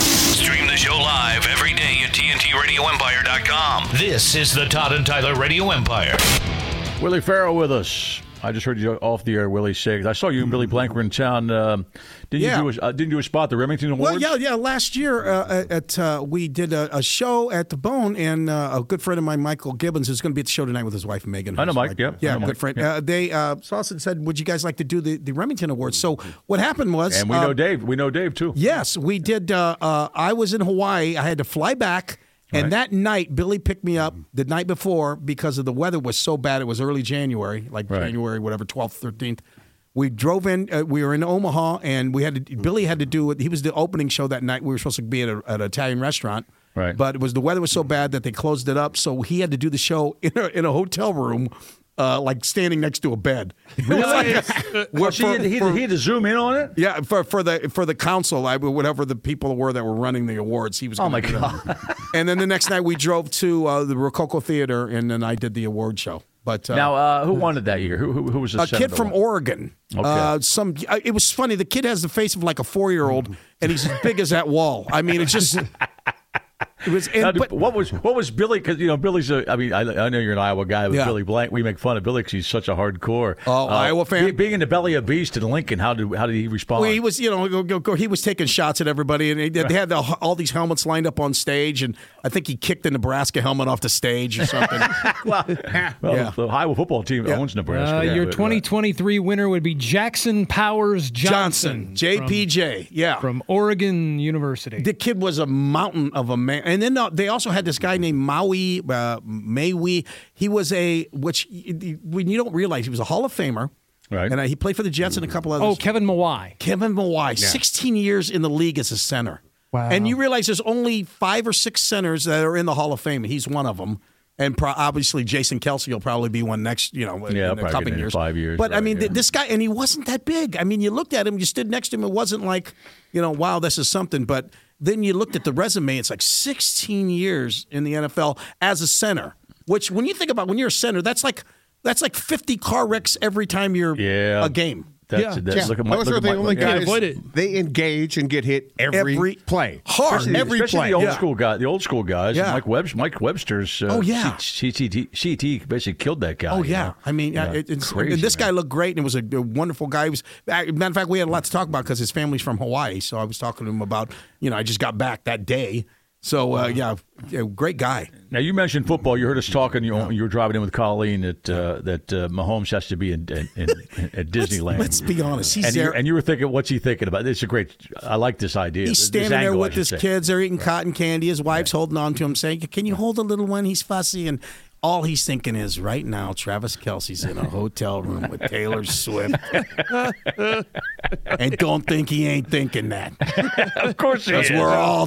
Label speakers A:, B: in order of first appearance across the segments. A: Stream the show live every day at TNTRadioEmpire.com. This is the Todd and Tyler Radio Empire.
B: Willie Farrell with us. I just heard you off the air, Willie Shakes. I saw you and Billy Blank were in town. Um, didn't
C: Yeah.
B: you do a, uh, didn't you do a spot at the Remington
C: Well,
B: Awards?
C: yeah, yeah. Last year, uh, at uh, we did a, a show at the Bone, and uh, a good friend of mine, Michael Gibbons, is going to be at the show tonight with his wife Megan.
B: I know
C: who's
B: Mike,
C: like-
B: yeah, I
C: yeah,
B: know
C: good
B: Mike,
C: friend.
B: yeah.
C: Uh, they uh, Sauce and said, "Would you guys like to do the, the Remington Awards?" So what happened was,
B: And we
C: uh,
B: know Dave. We know Dave too.
C: Yes, we did. Uh, uh, I was in Hawaii. I had to fly back. And that night, Billy picked me
B: Mm-hmm.
C: up the night before because of the weather was so bad. It was early January, like
B: Right.
C: January, whatever, 12th, 13th. We drove in. Uh, we were in Omaha, and we had to,
B: Mm-hmm.
C: Billy had to do it. He was the opening show that night. We were supposed to be at, a, at an Italian restaurant,
B: Right. Mm-hmm.
C: But it was the weather was so bad that they closed it up, so he had to do the show in a, in a hotel room, uh, like standing next to a bed. It was like-
B: Well, Oh, see, he, he, he had to zoom in on it.
C: yeah, for for the for the council, I, whatever the people were that were running the awards, he was.
B: Oh
C: gonna
B: my
C: do that.
B: god!
C: And then the next night we drove to uh, the Rococo Theater, and then I did the award show. But uh,
B: Now, uh, who won it that year? Who, who, who was the
C: a kid
B: senator
C: from
B: one?
C: Oregon, uh, some uh, it was funny. The kid has the face of like a four year old, and he's as big as that wall. I mean, it's just it was. And,
B: Now,
C: but,
B: what was what was Billy? Because you know Billy's. A, I mean, I, I know you're an Iowa guy, but
C: Yeah.
B: Billy Blank. We make fun of Billy because he's such a hardcore. uh,
C: Oh, Iowa fan?
B: be- Being in the belly of beast in Lincoln, how did how did he respond?
C: Well, he was, you know, go, go, go, he was taking shots at everybody, and they, they had the, all these helmets lined up on stage, and I think he kicked the Nebraska helmet off the stage or something.
B: well,
C: Yeah.
B: the Iowa football team
C: Yeah.
B: owns Nebraska.
D: Uh,
B: Yeah,
D: your
B: but, uh,
D: 2023 winner would be Jackson Powers Johnson,
C: Johnson, JPJ, yeah,
D: from Oregon University.
C: the kid was a mountain of a man. And then uh, they also had this guy named Maui uh, Maui. He was a which y- y- when you don't realize he was a Hall of Famer.
B: Right.
C: And uh, he played for the Jets and a couple others.
D: oh, Kevin Mawai.
C: Kevin Mawai, 16 years in the league as a center.
D: Wow.
C: And you realize there's only five or six centers that are in the Hall of Fame. and He's one of them. And pro- obviously, Jason Kelsey will probably be one next, you know, in-
B: Yeah,
C: in the
B: probably
C: coming
B: in
C: years.
B: five years,
C: But I
B: right,
C: mean, th-
B: yeah.
C: this guy, and he wasn't that big. I mean, you looked at him, you stood next to him. It wasn't like, you know, wow, this is something. But then you looked at the resume. It's like 16 years in the NFL as a center. Which, when you think about when you're a center, that's like that's like 50 car wrecks every time you're
B: Yeah.
C: a game.
B: That's,
D: Yeah.
B: that's,
E: Yeah.
B: Look at Mike.
E: Those
B: look
E: are
B: at
E: the
B: Mike-
E: only
B: yeah.
E: guys.
D: avoid it.
E: They engage and get hit every,
C: Every-
E: play.
C: hard.
E: Especially- every
B: Especially
E: play.
B: the old
C: Yeah.
B: school guy, the old school guys,
C: Yeah.
B: Mike Webster, Mike Webster's. Uh,
C: Oh, yeah.
B: C- CT CT basically killed that guy.
C: Oh
B: you
C: yeah,
B: know?
C: I mean, uh, it, it's,
B: Crazy,
C: this
B: man.
C: guy looked great, and it was a, a wonderful guy. He was, a- matter of fact, we had a lot to talk about because his family's from Hawaii. So I was talking to him about, you know, I just got back that day. So uh, yeah, yeah, great guy.
B: Now you mentioned football. You heard us talking. You, you were driving in with Colleen that uh, that uh, Mahomes has to be in, in, in at Disneyland.
C: Let's be honest, he's
B: and you,
C: there.
B: and you were thinking, what's he thinking about? This is a great. I like this idea.
C: He's
B: this
C: standing there
B: angle, I
C: with
B: should
C: his
B: say.
C: kids. They're eating cotton candy. His wife's holding on to him, saying, "Can you hold the little one? He's fussy." And all he's thinking is, right now, Travis Kelsey's in a hotel room with Taylor Swift, and don't think he ain't thinking that.
B: Of course, he
C: Because
B: is.
C: we're all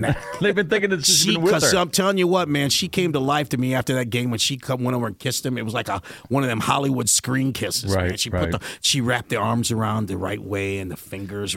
C: that.
B: They've been thinking it's
C: She,
B: been with
C: cause
B: her.
C: I'm telling you what, man, she came to life to me after that game when she come, went over and kissed him. It was like a one of them Hollywood screen kisses. man.
B: Right,
C: She
B: right.
C: put the, she wrapped the arms around the right way, and the fingers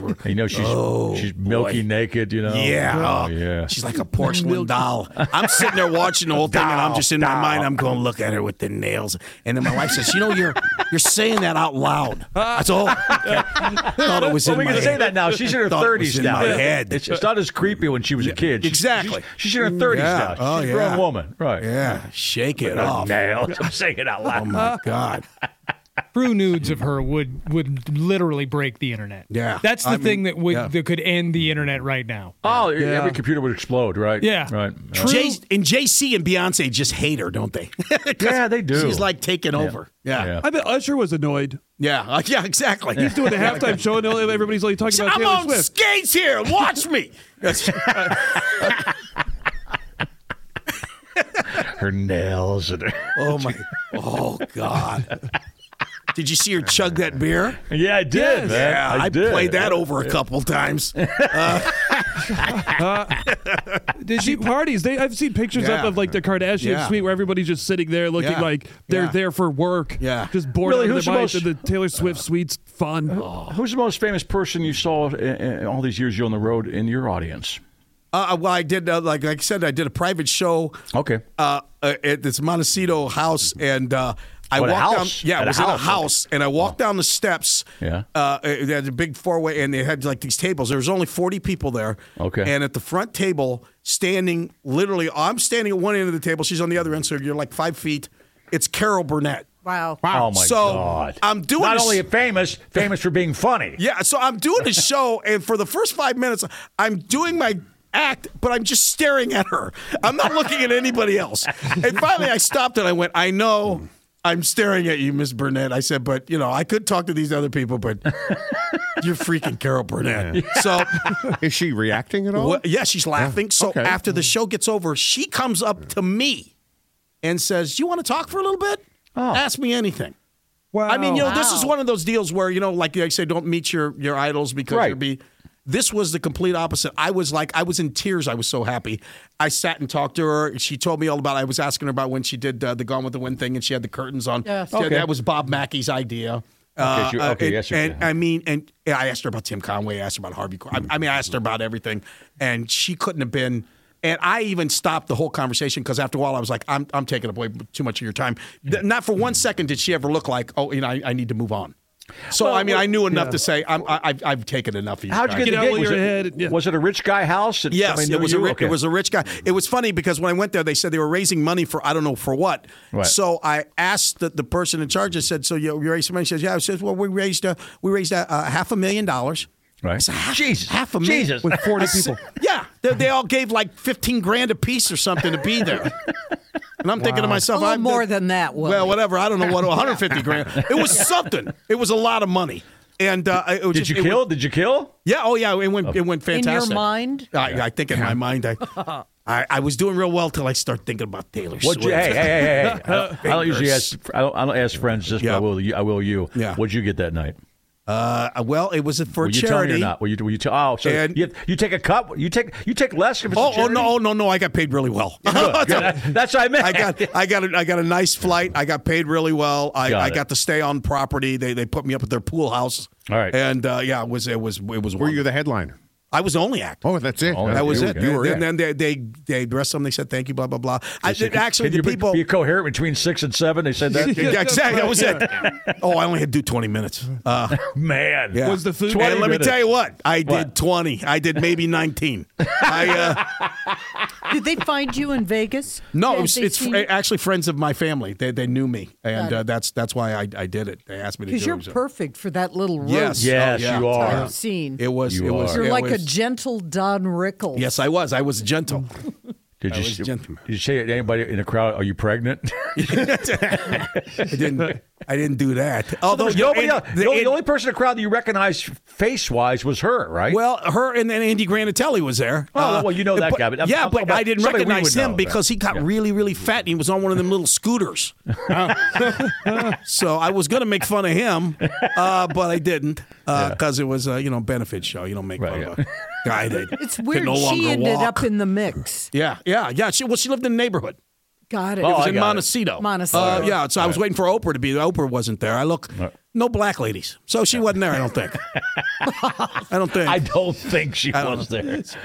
C: were.
B: You know, she's
C: Oh,
B: she's milky
C: boy.
B: naked. You know.
C: Yeah,
B: Oh, yeah.
C: She's like a porcelain doll. I'm sitting there watching the whole thing, and I'm just in my mind, I'm going to look at her with the nails. And then my wife says, "You know, you're you're saying that out loud." That's all. Thought it was
B: Well,
C: in
B: we
C: my
B: can say
C: head.
B: that now. She's in her
C: Thought it was
B: thirties
C: in
B: now.
C: my head.
B: It's, it's not as creepy when she was a kid. She's-
C: exactly.
B: She's, she's in her thirties
C: Yeah.
B: now.
C: Oh,
B: She's a
C: yeah.
B: grown woman, right?
C: Yeah, shake it
B: Oh,
C: off.
B: nails. I'm saying it out
C: Oh
B: loud.
C: my God.
D: True nudes of her would would literally break the internet.
C: Yeah.
D: that's the
C: I
D: thing
C: mean,
D: that would
C: yeah.
D: that could end the internet right now.
B: Oh, every computer would explode, right?
D: Yeah.
B: Right.
C: True. Jay, and JC and Beyonce just hate her, don't they? 'Cause
B: Yeah, they do.
C: She's like taking over. Yeah. Yeah.
F: I bet Usher was annoyed.
C: Yeah, like, yeah exactly.
F: He's doing the halftime show, and everybody's like talking about
C: I'm
F: Taylor
C: on
F: Swift.
C: skates here. Watch me. That's-
B: Her nails and her.
C: oh my. Oh God. Did you see her chug that beer?
B: Yeah, I did. man.
C: Yeah, I,
B: did.
C: played that over a couple times.
F: Did she parties? They I've seen pictures
C: Yeah.
F: up of like the Kardashian
C: Yeah.
F: suite where everybody's just sitting there looking
C: Yeah.
F: like they're
C: Yeah.
F: there for work.
C: Yeah.
F: just bored
B: Really,
F: out
B: who's
F: of
B: the
F: their mind.
B: most-
F: and The Taylor Swift suite's fun.
B: Who's the most famous person you saw uh, uh, all these years you're on the road in your audience?
C: Uh, well, I did uh, like, like I said, I did a private show.
B: Okay.
C: Uh, uh, at this Montecito house, and uh, I
B: Oh, at a
C: walked
B: house?
C: down. Yeah,
B: At
C: it
B: a
C: was in a
B: house, okay.
C: house, and I walked down the steps.
B: Yeah.
C: Uh, uh, they had a big four way, and they had like these tables. There was only forty people there.
B: Okay.
C: And at the front table, standing literally, I'm standing at one end of the table. She's on the other end, so you're like five feet. It's Carol Burnett.
G: Wow.
B: Oh my
C: So,
B: God!
C: I'm doing
B: not
C: this-
B: only famous, famous for being funny.
C: Yeah, so I'm doing the show, and for the first five minutes, I'm doing my act, but I'm just staring at her. I'm not looking at anybody else. And finally, I stopped and I went, I know I'm staring at you, Miss Burnett. I said, but you know, I could talk to these other people, but you're freaking Carol Burnett. So,
E: Is she reacting at all?
C: wha- yeah, she's laughing. So
E: okay.
C: after the show gets over, she comes up to me and says, You want to talk for a little bit? Ask me anything.
F: Wow.
C: I mean, you know, this
G: Wow.
C: is one of those deals where you know, like I say, don't meet your your idols because
B: Right.
C: you'll be. This was the complete opposite. I was like, I was in tears. I was so happy. I sat and talked to her. She told me all about. I was asking her about when she did uh, the Gone with the Wind thing, and she had the curtains on.
G: Yes.
C: Yeah, that was Bob Mackey's idea.
B: Okay, sure. Okay,
C: Uh, and,
B: yes, sure.
C: and I mean, and yeah, I asked her about Tim Conway. I asked her about Harvey. Cor- I, I mean, I asked her about everything, and she couldn't have been. And I even stopped the whole conversation because after a while, I was like, "I'm, I'm taking up way too much of your time." Th- Not for one second did she ever look like, "Oh, you know, I, I need to move on." So I mean, I knew enough to say, "I'm, I, I've, I've taken enough of you."
B: How'd you
C: guys."
B: get,
F: Get
B: the
F: out
B: gig?
F: while
B: Was
F: you're
B: it,
F: ahead. Yeah.
B: was it a rich guy house? that
C: Yes,
B: somebody
C: it
B: knew
C: was
B: you?
C: a ri-
B: Okay.
C: it was a rich guy. It was funny because when I went there, they said they were raising money for I don't know for what.
B: Right.
C: So I asked the, the person in charge. I said, "So you, you raised some money?" She says, "Yeah." I said, "Well, we raised uh, we raised uh, uh, half a million dollars."
B: right. Jesus,
C: half a million.
B: Jesus.
F: with forty people.
C: Yeah, they, they all gave like fifteen grand a piece or something to be there. And I'm thinking to myself,
G: A little
C: I'm
G: more than that, Willie.
C: Well, whatever. I don't know what 150 grand. It was something. It was a lot of money. And uh, it was
B: Did
C: just,
B: you
C: it
B: kill? Did you kill?
C: yeah. Oh, yeah. It went. It went
G: your
C: fantastic.
G: mind?
C: I, I think in my mind, I, I, I was doing real well till I start thinking about Taylor
B: What?
C: Swift.
B: you- Hey, hey, hey, hey! hey. I, don't, I don't usually
C: Fingers.
B: ask. I don't, I don't ask friends this, but
C: Yeah.
B: I will. you- I will you.
C: Yeah.
B: What'd you get that night?
C: Uh, well, it was for
B: Will you tell me
C: charity.
B: or not? Will you? Will you tell? Oh, so
C: And-
B: you, you take a cup. You take. You take less. If it's a
C: Oh, oh
B: charity?
C: no, oh, no, no! I got paid really well.
B: Good, good. That's what I meant.
C: I got I got a, I got a nice flight. I got paid really well. I,
B: Got
C: I
B: it.
C: got to stay on property. They they put me up at their pool house.
B: All right.
C: And uh, yeah, it was it was it was.
E: Were you the headliner?
C: I was the only act.
E: Oh, that's it.
B: Oh,
C: that was
B: you
C: it.
B: were- you were
C: and then they they they the rest of them. They said thank you. Blah blah blah. I,
B: Can-
C: actually,
B: can you
C: the
B: be-
C: people.
B: be coherent between six and seven. They said that.
C: yeah, exactly. That was it. Oh, I only had to do 20 minutes. Uh,
B: Man,
C: yeah.
F: Was the food-
C: And
B: 20
C: let me
B: minutes.
C: tell you what, I
B: What?
C: did 20. I did maybe 19. I, uh,
G: Did they find you in Vegas?
C: no,
G: Had
C: it was,
G: they
C: it's
G: seen-
C: actually friends of my family. They, they knew me, and uh, that's that's why I, I did it. They asked me to do it.
G: Because you're
C: so-
G: perfect for that little roast
C: Yes,
B: Yes,
C: Oh, yeah.
B: you are.
G: type scene.
C: It was.
B: You
C: it was.
B: are.
G: You're
C: it
G: like a
C: was-
G: gentle Don Rickles.
C: Yes, I was. I was gentle.
B: Did you,
C: was gentleman.
B: did you say to anybody in the crowd, "Are you pregnant"?
C: I didn't. I didn't do that. Although
B: Nobody
C: and-
B: else. The, only- the only person in the crowd that you recognized face-wise was her, right?
C: Well, her and then Andy Granatelli was there. Uh,
B: Oh, well, you know that
C: but-
B: guy, but I'm-
C: yeah,
B: I'm talking
C: but
B: about
C: I didn't
B: somebody we
C: recognize
B: would know
C: him
B: about.
C: because he got really, really fat and he was on one of them little scooters. Uh, so I was going to make fun of him, uh, but I didn't because it was a you know benefit show. You don't make fun
B: Right,
C: of
B: yeah.
C: a guy that
G: It's
C: can
G: weird.
C: no
G: she
C: longer
G: ended
C: walk.
G: up in the mix.
C: yeah, yeah, yeah. She well, she lived in the neighborhood.
G: Got it.
B: Oh,
C: It was
B: I
C: in
B: got it.
C: Montecito.
G: Montecito.
C: Uh, yeah, so I was waiting for Oprah to be there. Oprah wasn't there. I look, no black ladies. So she wasn't there, I don't think. I don't think.
B: I don't think she was there.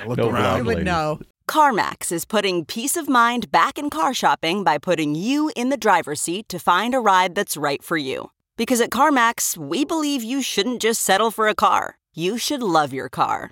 C: Look
B: No
C: around.
B: blonde
C: You
G: would
B: lady.
G: know.
H: CarMax is putting peace of mind back in car shopping by putting you in the driver's seat to find a ride that's right for you. Because at CarMax, we believe you shouldn't just settle for a car, you should love your car.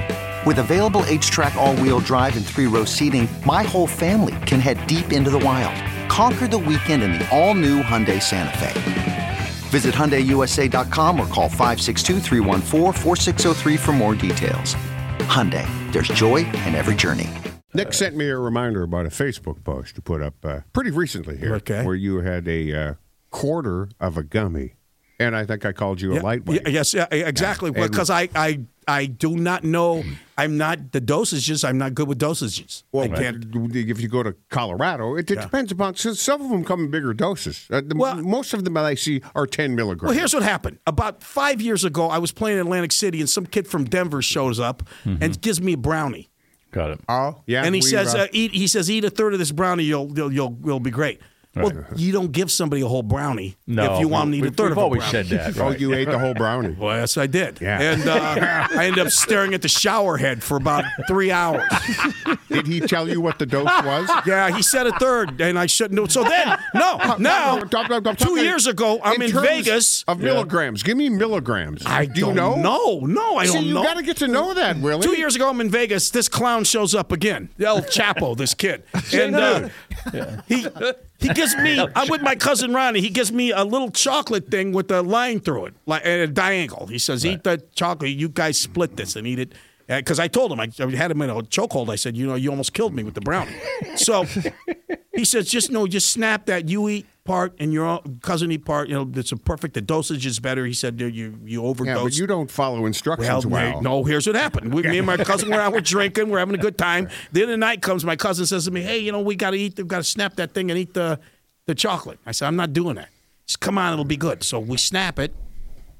I: With available H track, all wheel drive, and three row seating, my whole family can head deep into the wild. Conquer the weekend in the all new Hyundai Santa Fe. Visit HyundaiUSA.com or call 562-314-4603 for more details. Hyundai, there's joy in every journey.
E: Nick sent me a reminder about a Facebook post to put up uh, pretty recently here, okay. where you had a uh, quarter of a gummy, and I think I called you a lightweight.
C: Y- Yes, yeah, e-, exactly.
E: Yeah, and-
C: Because I, I, I do not know. I'm not the dosages. I'm not good with dosages.
E: Well,
C: I can't.
E: if you go to Colorado, it, it depends upon. So some of them come in bigger doses. Uh, the, most of them that I see are ten milligrams.
C: Well, here's what happened. About five years ago, I was playing in Atlantic City, and some kid from Denver shows up and gives me a brownie.
B: Got it.
E: Oh, yeah.
C: and he
E: we,
C: says,
E: uh,
C: uh, "Eat." He says, "Eat a third of this brownie. You'll you'll you'll, you'll be great." Well, you don't give somebody a whole brownie
B: No,
C: if you want them to eat
B: we-
C: a third
B: we've
C: of a
B: always
C: brownie.
B: said that,
E: Oh, you ate the whole brownie.
C: Well, yes, I did.
E: Yeah.
C: And uh, I ended up staring at the shower head for about three hours.
E: Did he tell you what the dose was? Uh,
C: Yeah, he said a third, and I shouldn't do it. So then, no, now, two years ago, I'm in,
E: terms
C: Vegas.
E: Of milligrams, give me milligrams. I do you
C: don't
E: know?
C: know. No, I
E: See,
C: don't
E: you
C: know.
E: got to get to know that, Willie.
C: Two years ago, I'm in Vegas. This clown shows up again, El Chapo, this kid, and uh, he he gives me. I'm with my cousin Ronnie. He gives me a little chocolate thing with a line through it, like at a diagonal. He says, "Eat the chocolate. You guys split this and eat it." Because I told him I, I had him in a chokehold. I said, "You know, you almost killed me with the brownie." So he says, "Just no, just snap that. You eat." Part and your cousin eat part. You know it's a perfect. The dosage is better. He said you you
E: Yeah,
C: overdose.
E: but you don't follow instructions
C: Well,
E: well.
C: wait, no, here's what happened. We, me and my cousin were out, we're drinking, we're having a good time. The end of the night comes, my cousin says to me, Hey, you know, we got to eat, we've got to snap that thing and eat the, the chocolate. I said, I'm not doing that. He said, Come on, it'll be good. So we snap it.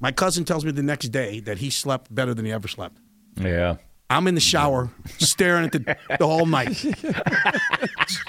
C: My cousin tells me the next day that he slept better than he ever slept.
B: Yeah.
C: I'm in the shower staring at the, the whole night.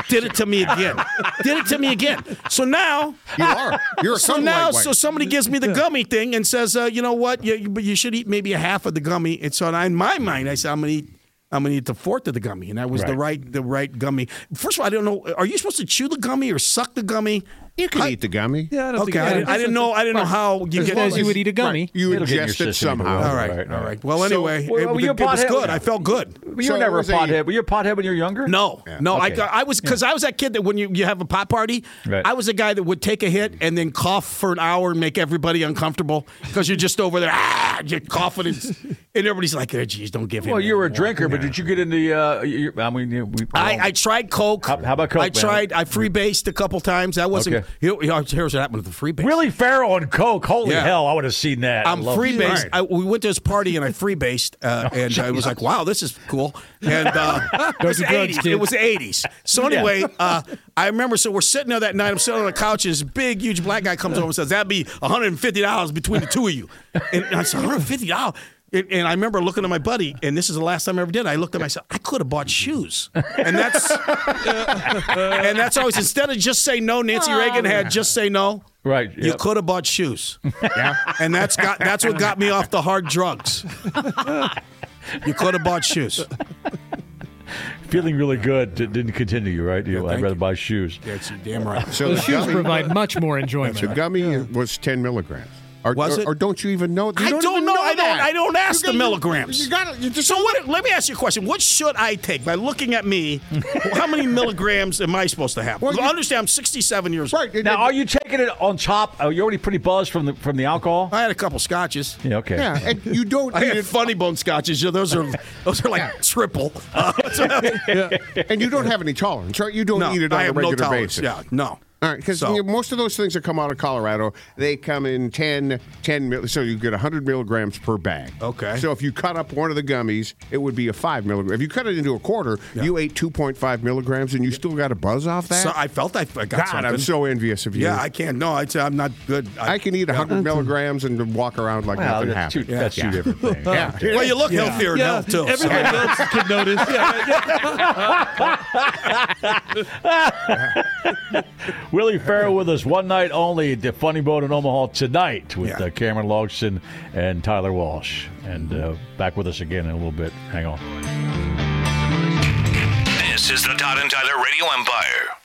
C: Did it to me again. Did it to me again. So now
E: You are. You're a
C: so
E: cum
C: now,
E: lightweight.
C: so somebody gives me the gummy thing and says, uh, you know what? You, you, you should eat maybe a half of the gummy. And so in my mind, I said, I'm gonna eat. I'm gonna eat the fourth of the gummy, and that was the right the right gummy. First of all, I don't know. Are you supposed to chew the gummy or suck the gummy?
E: You can eat the gummy.
F: Yeah, I don't
C: Okay,
F: think
C: I, didn't- I didn't know. I didn't know how you
F: As
C: get.
F: long as you would eat a gummy.
E: Right. You
B: It'll get your
E: ingest it
B: system to
E: somehow.
B: work.
C: all right,
B: Right,
C: all right.
B: all right.
C: Well,
E: So-
C: anyway,
B: Well,
C: it,
B: were
C: it
B: you a
C: was
B: pothead?
C: good. I felt good.
B: You
E: So
B: were never a
E: it was a-
B: pothead. Were you a pothead when you were younger?
C: No, no,
B: Okay.
C: I, I was because I was that kid that when you, you have a pot party,
B: Right.
C: I was a guy that would take a hit and then cough for an hour and make everybody uncomfortable because you're just over there, ah, you're coughing, and, and everybody's like, oh, geez, don't give him.
B: Well, you were a
C: anymore."
B: drinker, but did you get into? Uh, your, I mean, you- we,
C: I, I tried Coke.
B: How- how about Coke,
C: I
B: man?
C: tried. I free based a couple times. That wasn't.
B: Okay.
C: Here, here- here's what happened with the free base.
B: Willie Farrell and Coke. Holy
C: Yeah.
B: hell! I would have seen that.
C: I'm
B: Love-
C: free based.
B: Right.
C: I, we went to this party and I free based, uh, and I was like, "Wow, this is cool." And uh, it was
F: Those
C: the
F: are drugs,
C: 80s.
F: kid.
C: It was the 80s. So anyway, uh, I remember. So we're sitting there that night. I'm sitting on the couch, and this big, huge black guy comes over and says, "That'd be 150 dollars between the two of you." And, and I said, "150 dollars." And, and I remember looking at my buddy, and this is the last time I ever did. I looked at myself. I could have bought shoes, and that's and that's always instead of just say no. Nancy Reagan had just say no.
B: Right,
C: You
B: yep.
C: could have bought shoes. Yeah. And that's got that's what got me off the hard drugs. you could have bought shoes.
B: feeling really good. It didn't continue, you right? You, I'd
C: thank
B: rather
C: you.
B: buy shoes.
C: That's you damn right.
E: So the
F: Shoes
E: gummy,
F: provide much more enjoyment.
E: the gummy was 10 milligrams. Or,
C: Was
E: or,
C: it?
E: or don't you even know? you
C: I don't
E: even
C: know. I don't
E: that.
C: I don't ask
E: You
C: the
E: gotta-
C: milligrams.
E: You got to.
C: so what let me ask you a question. What should I take by looking at me? how many milligrams am I supposed to have?
E: Well, you-
C: understand I'm 67 years old.
E: Right. it-
B: Now,
E: it-
B: are you taking it on top? Are you already pretty buzzed from the from the alcohol?
C: I had a couple scotches.
B: Yeah. Okay.
E: Yeah, and you don't.
C: I
E: eat
C: had
E: it-
C: funny bone scotches. Yeah, Those are those are like triple. Uh,
E: and you don't have any tolerance, right? You don't
C: no,
E: eat it on
C: I
E: a
C: have
E: regular
C: no tolerance.
E: basis.
C: Yeah, no.
E: All right, because
C: So-
E: most of those things that come out of Colorado, they come in 10, 10 mil, so you get 100 milligrams per bag.
C: Okay.
E: So if you cut up one of the gummies, it would be a 5 milligram. If you cut it into a quarter, you ate 2.5 milligrams and you still got a buzz off that?
C: So I felt I, I got
E: God,
C: something.
E: I'm so envious of you.
C: yeah, I can't. No, I, I'm not good.
E: I can eat 100 milligrams and walk around like
B: Well,
E: nothing
B: that's two,
E: happened.
B: that's two different things.
E: Yeah.
C: Well, you look healthier now too. so-
F: Everybody else could notice. Yeah, yeah.
B: Willie Farrell with us one night only at the Funny Bone in Omaha tonight with uh, Cameron Logston and Tyler Walsh. And uh, back with us again in a little bit. Hang on.
I: This is the Todd and Tyler Radio Empire.